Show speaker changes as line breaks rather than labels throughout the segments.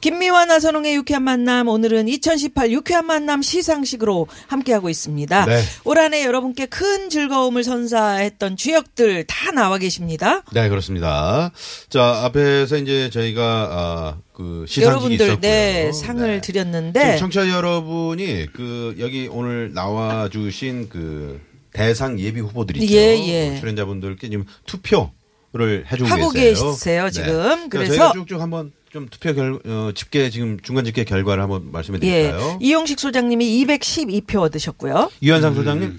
김미화 나선홍의 유쾌한 만남 오늘은 2018 유쾌한 만남 시상식으로 함께하고 있습니다.
네.
올 한해 여러분께 큰 즐거움을 선사했던 주역들 다 나와 계십니다.
네, 그렇습니다. 자, 앞에서 이제 저희가 아, 그 시상식이
여러분들
있었고요.
네 상을
네.
드렸는데
지금 청취자 여러분이 그 여기 오늘 나와 주신 그 대상 예비 후보들이 있죠.
예, 예.
출연자분들께 지금 투표를 해주고
하고
계세요.
계세요, 지금.
그러니까
그래서-
저희가 쭉쭉 한번 좀 투표 결 어, 집계 지금 중간 집계 결과를 한번 말씀해
예
드릴까요?
이용식 소장님이 212표 얻으셨고요.
유현상 소장님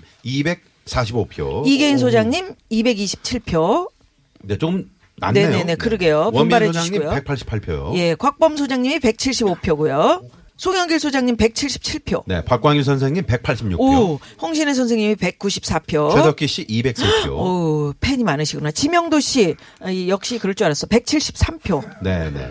245표.
이계인 소장님 227표.
네, 조금 낮네요.
네네네, 그러게요. 분발해
원민 소장님
주시고요.
188표.
예 곽범 소장님이 175표고요. 송영길 소장님 177표.
어? 네, 박광일 선생님 186표.
오 홍신혜 선생님이 194표.
최덕기 씨 203표.
오, 어, 팬이 많으시구나. 지명도 씨 아, 이 역시 그럴 줄 알았어. 173표.
네네.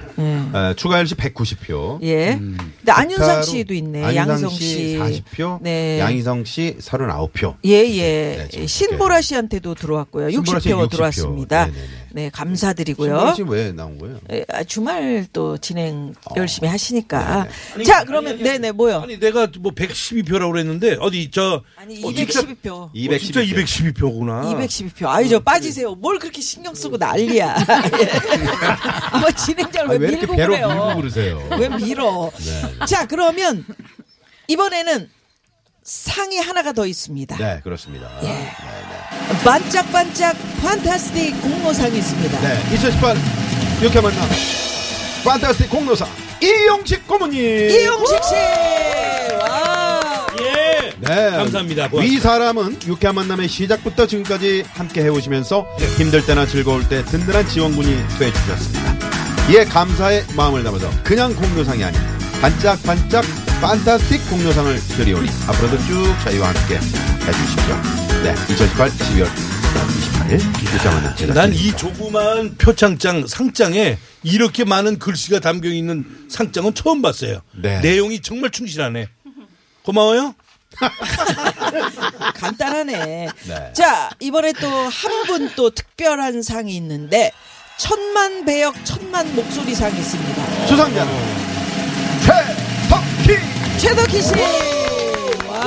어, 추가열 씨 190표.
예. 근데 안윤상
음. 백타로
씨도 있네.
안윤상
양성
씨
씨.
40표.
네.
양희성 씨 39표.
예, 예.
네, 지금
신보라 씨한테도 들어왔고요.
신보라 씨
60표
60표.
들어왔습니다.
네네네.
네,
신보라
감사드리고요.
씨왜 어. 나온 거예요?
예, 아, 주말 또 진행 열심히
네,
하시니까. 자, 그러면 네네 뭐요?
아니 내가 뭐 112표라고 그랬는데 어디 저
아니,
어,
212표.
어, 진짜
210.
212표구나.
212표. 아이,
어,
저
네.
빠지세요. 뭘 그렇게 신경 쓰고 난리야. 예. 아마 진행자를
아,
왜,
왜 이렇게
밀고
배로
그래요.
밀고 그러세요?
왜 밀어?
네,
자, 그러면 이번에는 상이 하나가 더 있습니다.
네, 그렇습니다.
예.
네,
반짝반짝 판타스틱 공로상이 있습니다.
네. 2018 이렇게 만나 판타스틱 공로사 이용식 고모님.
이용식 씨! 와!
예.
네.
감사합니다.
위 사람은 유쾌한 만남의 시작부터 지금까지 함께 해오시면서
예.
힘들 때나 즐거울 때 든든한 지원군이 되어주셨습니다. 이에 감사의 마음을 담아서 그냥 공료상이 아닌 반짝반짝 판타스틱 공료상을 드리오니 앞으로도 쭉 저희와 함께 해주십시오. 네, 2018 12월 28일 유쾌한 만남
난
제작진입니다.
이 조그만 표창장 상장에 이렇게 많은 글씨가 담겨 있는 상장은 처음 봤어요.
네.
내용이 정말 충실하네. 고마워요.
간단하네.
네.
자, 이번에 또 한 분 또 특별한 상이 있는데, 천만 배역 천만 목소리 상이 있습니다.
수상자는 최덕희
최덕희 씨! 와!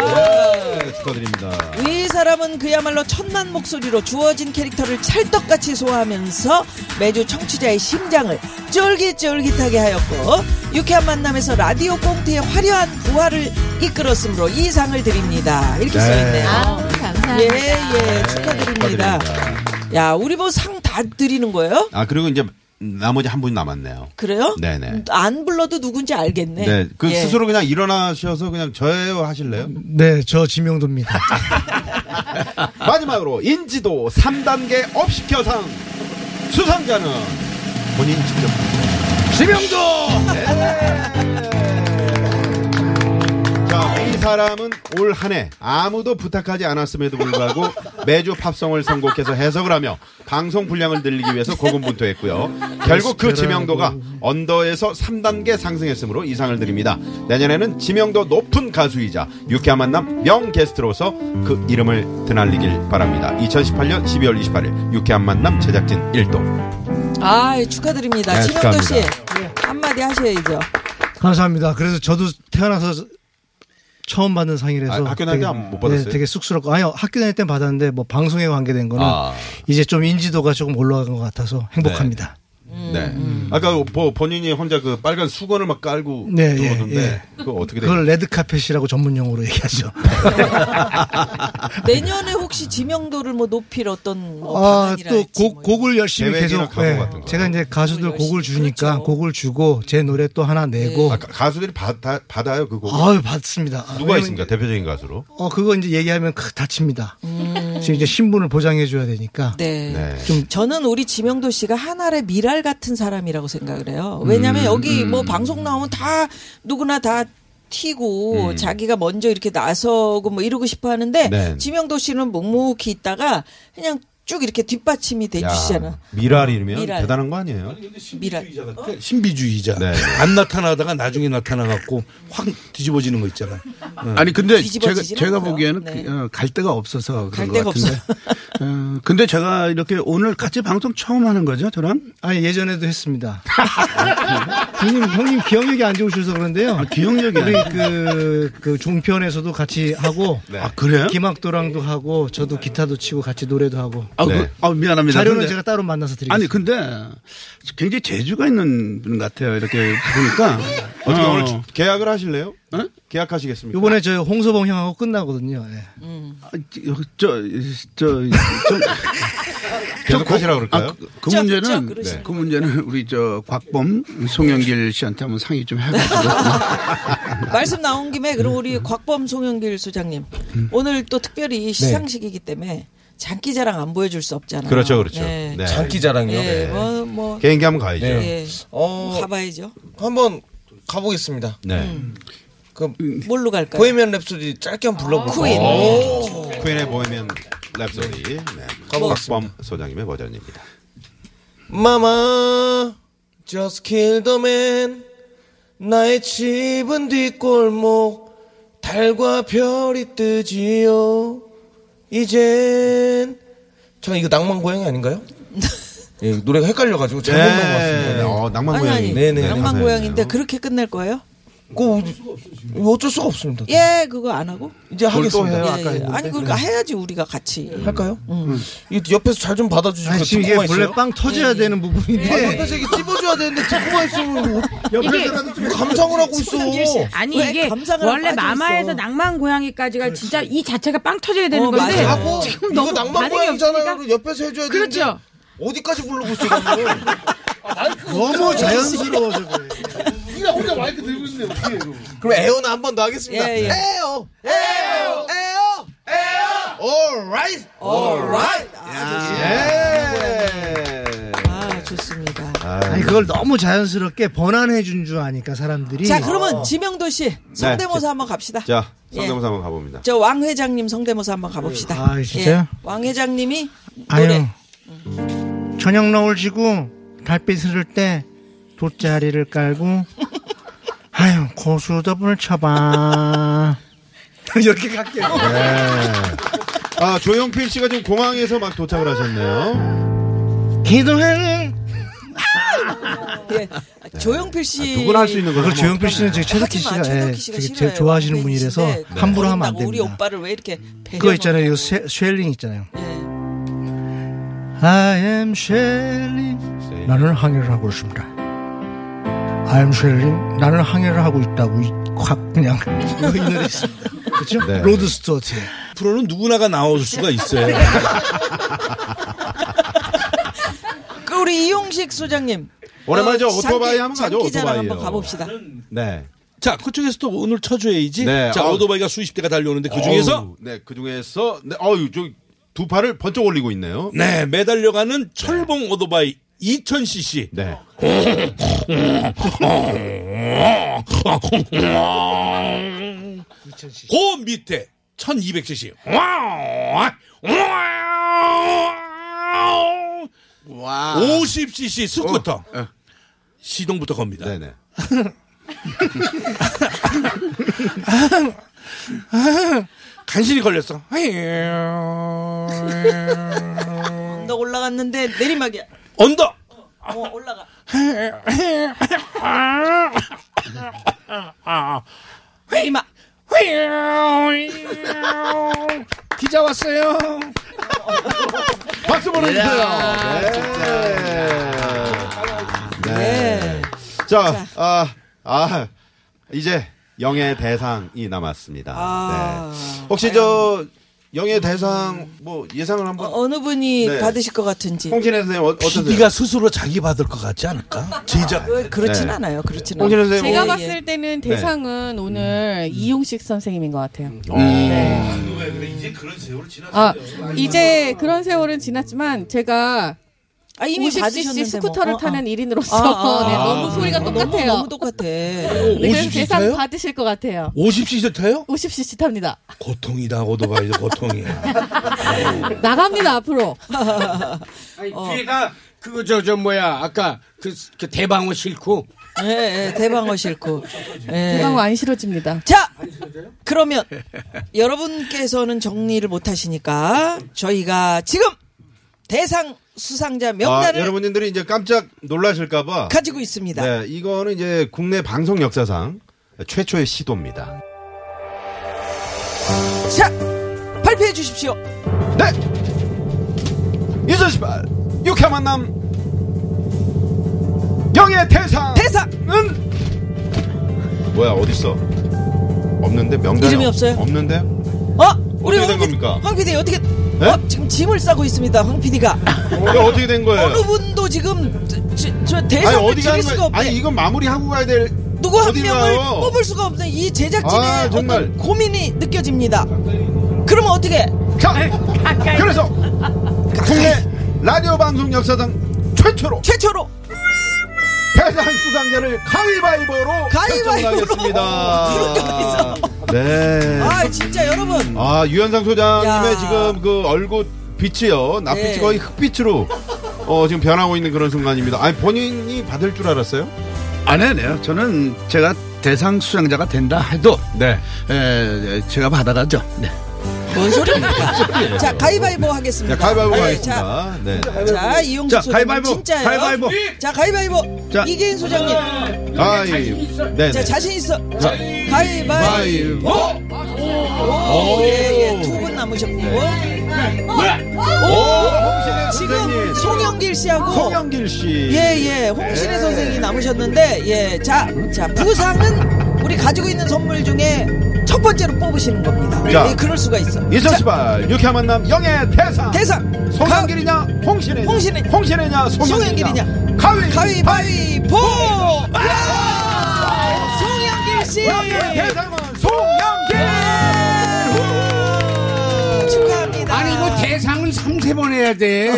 네, 축하드립니다.
이 사람은 그야말로 천만 목소리로 주어진 캐릭터를 찰떡같이 소화하면서 매주 청취자의 심장을 쫄깃쫄깃하게 하였고 유쾌한 만남에서 라디오 꽁트의 화려한 부활을 이끌었으므로 이 상을 드립니다. 이렇게
네.
써있네요.
아우, 감사합니다.
예예 축하드립니다.
축하드립니다.
야 우리 뭐 상 다 드리는 거예요?
아 그리고 이제 나머지 한 분 남았네요.
그래요?
네네.
안 불러도 누군지 알겠네.
네, 그
예.
스스로 그냥 일어나셔서 그냥 저예요 하실래요?
네, 저 지명도입니다.
마지막으로 인지도 3단계 업시켜상 수상자는 본인 직접 지명도. 자, 이 사람은 올 한 해 아무도 부탁하지 않았음에도 불구하고 매주 팝송을 선곡해서 해석을 하며 방송 분량을 늘리기 위해서 고군분투했고요. 결국 그 지명도가 언더에서 3단계 상승했으므로 이상을 드립니다. 내년에는 지명도 높은 가수이자 유쾌한 만남 명 게스트로서 그 이름을 드날리길 바랍니다. 2018년 12월 28일 유쾌한 만남 제작진 1도.
아 축하드립니다.
네,
지명도 씨 예,
축하합니다.
한마디 하셔야죠.
감사합니다. 그래서 저도 태어나서 처음 받는 상이라서
아, 학교 다닐
되게-
때안- 못 받았어요?
네, 되게 쑥스럽고 아니요 학교 다닐 땐 받았는데 뭐 방송에 관계된 거는
아.
이제 좀 인지도가 조금 올라간 것 같아서 행복합니다.
네. 아까 뭐 본인이 혼자 그 빨간 수건을 막 깔고
네,
들어오던데
예, 예.
그거 어떻게 돼요?
그걸 레드 카펫이라고 전문 용어로 얘기하죠.
네.
내년에 혹시 지명도를 뭐 높일 어떤 뭐
아,
방안이랄지
또 곡,
뭐
곡을 열심히
계획이나
계속
각오
예,
같은 거.
제가 이제 가수들
곡을
곡을
열심히,
주니까
그렇죠.
곡을 주고 제 노래 또 하나 내고
아, 가- 가수들이 받아, 받아요 그 곡.
아유 받습니다. 아,
누가
왜냐면
있습니까? 대표적인 가수로.
어, 그거 이제 얘기하면 크, 다칩니다. 지금 이제 신분을 보장해줘야 되니까.
음. 네.
네.
좀
저는 우리 지명도 씨가 한알의 미랄 같은 사람이라고 생각을 해요. 왜냐하면 여기 뭐 방송 나오면 다 누구나 다 튀고 자기가 먼저 이렇게 나서고 뭐 이러고 싶어 하는데
네.
지명도 씨는 묵묵히 있다가 그냥 쭉 이렇게 뒷받침이 돼주시잖아. 어,
미랄이면
미랄.
대단한 거 아니에요?
미랄.
어? 신비주의자
네.
안 나타나다가 나중에 나타나갖고 확 뒤집어지는 거 있잖아.
아니 근데 제가
뒤집어지진
제가
않고요.
보기에는
네.
그, 어, 갈 데가 없어서
갈
그런
데가
것 같은데. 어, 근데 제가 이렇게 오늘 같이 방송 처음 하는 거죠, 저랑?
아니 예전에도 했습니다. 형님 형님 기억력이 안 좋으셔서 그런데요.
아, 기억력이
우리
안
그, 그 종편에서도 같이 하고
아 그래요?
김학도랑도 하고 저도 기타도 치고 같이 노래도 하고
아,
네.
그, 아 미안합니다.
자료는
근데-
제가 따로 만나서 드리겠습니다.
아니 그 근데 굉장히 재주가 있는 분 같아요. 이렇게 보니까
어떻게
어.
오늘 계약을 하실래요?
어?
계약하시겠습니까?
요번에 저 홍서봉 형하고 끝나거든요. 예.
아, 저저저좀
계속하시라고 그럴까요?
아, 그, 그
쫙, 쫙
문제는
그러시는
그 문제는 우리 저 곽범 송영길 씨한테 한번 상의 좀 해가지고
말씀 나온 김에 그럼
음,
우리 곽범 송영길 소장님 오늘 또
네.
특별히 시상식이기 때문에 장기자랑 안 보여줄 수 없잖아요.
그렇죠, 그렇죠.
네.
네. 음.
장기 자랑요.
네, 뭐, 뭐,
개인기 한번 가야죠.
네.
예.
어,
가봐야죠.
한번 가보겠습니다.
네.
음,
그
뭘로 갈까요?
보헤미안 랩소디 짧게 한번 불러보고. 아.
쿠인.
어.
뭐.
퀸의 보헤미안 랩소디. 네. 박범 소장님의 버전입니다.
마마 just kill the man 나의 집은 뒷골목 달과 별이 뜨지요 이젠 잠깐 이거 낭만 고양이 아닌가요? 예, 노래가 헷갈려가지고 잘못 나온 것
네.
같습니다.
어, 낭만
아니
고양이.
아니
네네.
낭만
감사합니다.
고양인데 그렇게 끝낼 거예요?
그거 이거 어쩔 수가 없습니다.
예 그거 안 하고?
이제 하겠습니다.
해요?
예,
아까
예.
했는데. 네. 음.
아니 그러니까 해야지 우리가 같이
할까요? 이 옆에서 잘 좀 받아주시고
아니, 지금 이게
듣고만
원래
있어요.
빵 터져야 되는
네.
부분인데
옆에서 이게 찝어줘야 되는데 듣고만 있으면
이게
지금 감상을 하고 있어.
손흥길 씨, 아니
왜
이게
감상을
원래
빠져
마마에서
있어.
낭만 고양이까지가 진짜 이 자체가 빵 터져야 되는
어,
건데
맞아.
하고
네. 지금
이거
너무
낭만
반응이 없으니까
고양이잖아요. 옆에서 해줘야 되는데
그렇죠.
어디까지 부르고 있어 이거는.
너무 자연스러워서 그래.
그냥 혼자 마이크 들고 있네 어떻게 그럼 에어나 한 번 더
네,
하겠습니다.
예, 예.
에어, 에어, 에어, 에어. Alright.
네.
아 좋습니다.
아니 그걸 너무 자연스럽게 번안해 준 줄 아니까 사람들이.
자 그러면 지명도 씨 성대모사
자,
한번 갑시다.
네. 자,
예.
성대모사 한번 가봅니다.
저 왕 회장님 성대모사 한번 가봅시다.
아, 진짜요?
예. 왕 회장님이 노래. 음.
아유. 저녁 노을 지고 달빛 흐를 때 돗자리를 깔고 아유 고수더분을 쳐봐. 이렇게 갈게요.
아, 조영필 씨가 지금 공항에서 막 도착을 하셨네요.
기도해. 네.
예. 조영필 씨.
누구나 할 수 있는 걸.
그걸 조영필 씨는 제 최덕희
하지만
씨가,
최덕희
예,
씨가
되게
싫어요.
제일 좋아하시는
왕
분이라서
팬이신데
함부로 하면 안
모른다고 우리
됩니다.
오빠를 왜 이렇게 배려?
그거 있잖아요. 이 쉐- 쉘링 있잖아요.
예.
I am shelling. 나는 항해를 하고 있습니다. I am shelling. 나는 항해를 하고 있다고 이- 확 그냥 이 노래 있습니다. 그렇죠?
네.
로드 스튜어트.
프로는 누구나가 나올 수가
네.
있어요.
그 우리 이용식 소장님.
오랜만에 저
어,
오토바이
장기-
한번 가죠,
장기자랑
오토바이요.
한번 가봅시다.
네.
자, 그쪽에서 또 오늘 쳐줘야지.
네,
자,
아우.
오토바이가 수십 대가 달려오는데 그 중에서
어우, 네, 그 중에서 네, 어유, 저두 팔을 번쩍 올리고 있네요.
네, 매달려가는 철봉 오토바이 2000cc.
네.
그 밑에 1200cc. 와! 와! 50cc 스쿠터. 시동부터 겁니다.
어, 네, 네.
간신히 걸렸어.
언덕 올라갔는데 내리막이야.
언덕.
어, 올라가. 내리막.
기자 왔어요.
박수 보내주세요. 네. 네. 자, 아, 아, 이제 영예 대상이 남았습니다.
아.
네. 혹시 저 영예 대상 뭐 예상을 한번
어, 느 분이
네.
받으실 것 같은지.
홍진혜 선생님 어, 어떠세요?
PD가 스스로 자기 받을 것 같지 않을까? 제작.
그- 그렇진
네.
않아요. 그렇진 않아요.
홍진혜 선생님
제가
예, 네. 음.
봤을 때는 대상은 오늘 이용식 선생님인 것 같아요. 네.
어.
이제 그런 세월을 지나.
아, 이제 그런 세월은 지났지만 제가
아, 이미
50cc
받으셨는데
스쿠터를
뭐. 어, 어.
타는 일인으로서
아, 아,
네,
아.
너무 소리가
어,
똑같아요.
너무, 너무 똑같아. 예,
네, 그래서
50cc
대상
타요?
받으실 것 같아요.
50cc 타요?
50cc 탑니다.
고통이다 오토바이
네.
고통이야.
나갑니다 앞으로.
뒤에다 어. 그거 저 저 뭐야 아까 그, 그 대방어 싣고
예, 예, 대방어 싫고. 예.
대강 안 싫어집니다.
자, 그러면 여러분께서는 정리를 못 하시니까 저희가 지금 대상 수상자
아,
명단을
여러분들이 이제 깜짝 놀라실까봐
가지고 있습니다.
네, 이거는 이제 국내 방송 역사상 최초의 시도입니다.
자, 발표해 주십시오.
네! 2018 6회 만남 영예 대상!
대상!
은! 뭐야, 어딨어? 없는데? 명단이
이름이
없-
없어요?
없는데?
어, 우리
어떻게
황
된
PD,
겁니까?
황 PD 어떻게?
네?
어, 지금 짐을 싸고 있습니다. 황 PD가
이게 어떻게 된 거예요?
어느 분도 지금 저- 저, 저
네. 아니,
대상을
어디
드릴
가는
수가
거예요?
없네.
아니, 이건 마무리하고 가야 될.
누구 한
어디
명을
가요?
뽑을 수가 없는 이 제작진의
아, 정말.
어떤 고민이 느껴집니다. 그러면 어떻게?
자! 그래서! 국내 라디오 방송 역사상 최초로
최초로
대상 수상자를 가위바위보로
가위바위보로
결정하겠습니다.
그런
네.
아 진짜 여러분
아 유현상
야.
소장님의 지금 그 얼굴 빛이요 낯빛이
네.
거의 흑빛으로 어, 지금 변하고 있는 그런 순간입니다. 아니 본인이 받을 줄 알았어요?
안 해네요. 저는 제가 대상 수상자가 된다 해도
네.
에, 에, 제가 받아가죠. 네.
뭔 소리입니까? 자 가위바위보 하겠습니다.
자 가위바위보
네,
하겠습니다. 네.
자, 자 이용수
자,
소장님
가위바위보.
진짜요?
가위바위보.
자 가위바위보.
자.
이계인 소장님.
가위. 네.
자
네.
자신 있어.
자. 어?
가위바위보.
가위바위보.
오, 예, 예. 두 분 남으셨고. 오, 지금
선생님.
송영길 씨하고.
송영길 씨.
예, 예. 홍신혜 선생님이 남으셨는데, 예. 자, 자, 부상은 우리 가지고 있는 선물 중에 첫 번째로 뽑으시는 겁니다.
자.
예, 그럴 수가 있어.
2018 6회 만남 영예 대상.
대상.
송영길이냐 홍신혜냐?
홍신혜.
홍신혜냐
송영길이냐?
송영길이냐? 가위.
가위바위보! 야! 송영길 씨!
영예 대상은 송영길.
축하합니다.
아니 뭐 대상은 3, 3번 해야 돼요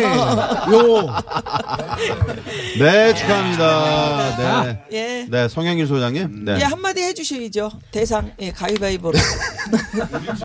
네, 축하합니다. 네.
예.
네, 송영길 소장님. 네.
예, 한마디 해주셔야죠. 대상, 예, 가위바위보로.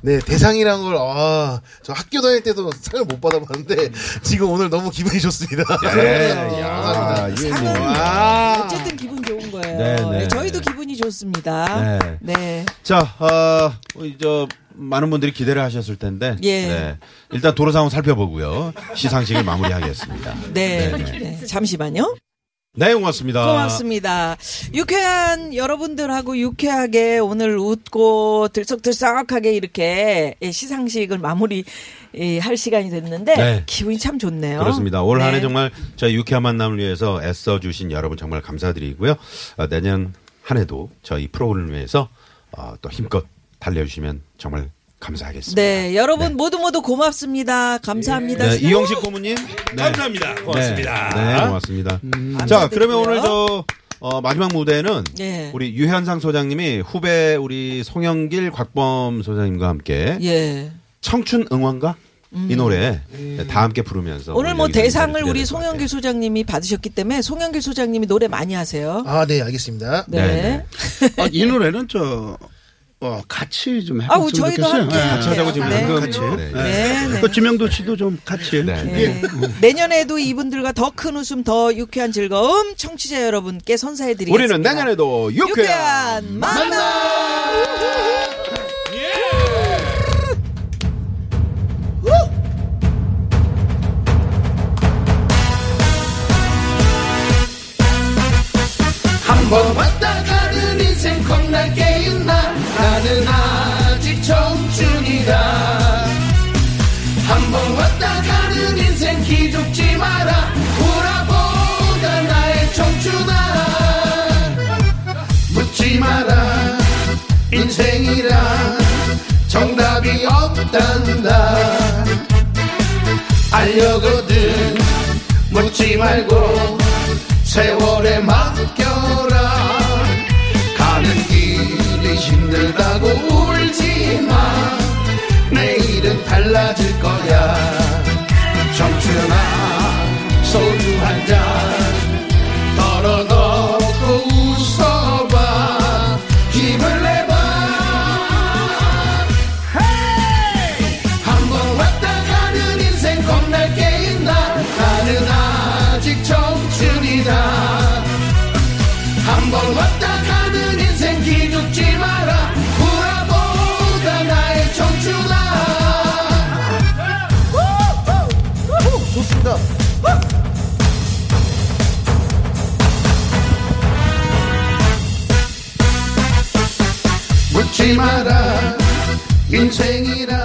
네, 대상이란 걸, 아, 저 학교 다닐 때도 상을 못 받아봤는데, 지금 오늘 너무 기분이 좋습니다.
네, 야, 이게 뭐. 아.
어, 어쨌든 기분 좋은 거예요.
네, 네.
예, 저희도 기분이 좋습니다.
네.
네.
자, 아, 우리 저 많은 분들이 기대를 하셨을 텐데,
예.
네. 일단 도로 상황 살펴보고요. 시상식을 마무리하겠습니다.
네.
네,
네. 잠시만요.
네, 고맙습니다.
고맙습니다. 유쾌한 여러분들하고 유쾌하게 오늘 웃고 들썩들썩하게 이렇게 예, 시상식을 마무리 예, 할 시간이 됐는데
네.
기분이 참 좋네요.
그렇습니다. 올 한해
네.
정말 저희 유쾌한 만남을 위해서 애써 주신 여러분 정말 감사드리고요. 어, 내년 한 해도 저희 프로그램을 위해서 어, 또 힘껏 달려주시면 정말 감사하겠습니다.
네, 여러분 모두 모두 고맙습니다. 감사합니다.
네, 이영식 고모님. 네.
감사합니다. 고맙습니다.
네, 네, 고맙습니다.
음, 감사드리고요.
자, 그러면 오늘 저 어, 마지막 무대는
예.
우리 유현상 소장님이 후배 우리 송영길 곽범 소장님과 함께
예. 음.
청춘 응원가 이 노래 다 함께 부르면서
오늘 뭐
여기서
대상을
인사를
우리
드려야 될것
송영길
같아요.
소장님이 받으셨기 때문에 송영길 소장님이 노래 많이 하세요.
아, 네, 알겠습니다.
네.
네, 네.
아, 이 노래는 저 어, 같이 좀
아우,
해봤으면
저희도
좋겠어요.
함께 같이
하자고 지금
네.
방금
같이.
네.
네, 네.
또 지명도 씨도 좀 같이.
네.
네. 내년에도 이분들과 더 큰 웃음, 더 유쾌한 즐거움 청취자 여러분께 선사해드리겠습니다.
우리는 내년에도 유쾌한
유쾌한 만남.
한 번 왔다 가는 인생 겁나게 있나 나는 아직 청춘이다 한 번 왔다 가는 인생 기죽지 마라 돌아보다 나의 청춘아 묻지 마라 인생이란 정답이 없단다
하려거든 묻지 말고 세월에 맡겨라 가는 길이 힘들다고 울지마 내일은 달라질 거야 청춘아 소주 한 잔 덜어놓고 웃어봐 힘을 내봐 한 번 왔다 가는 인생 겁날 게 있나 나는 아직 청춘이다 한 번 왔다 가는 인생 기죽지 마라 돌아보다 나의 청춘아
좋습니다.
묻지 마라 인생이라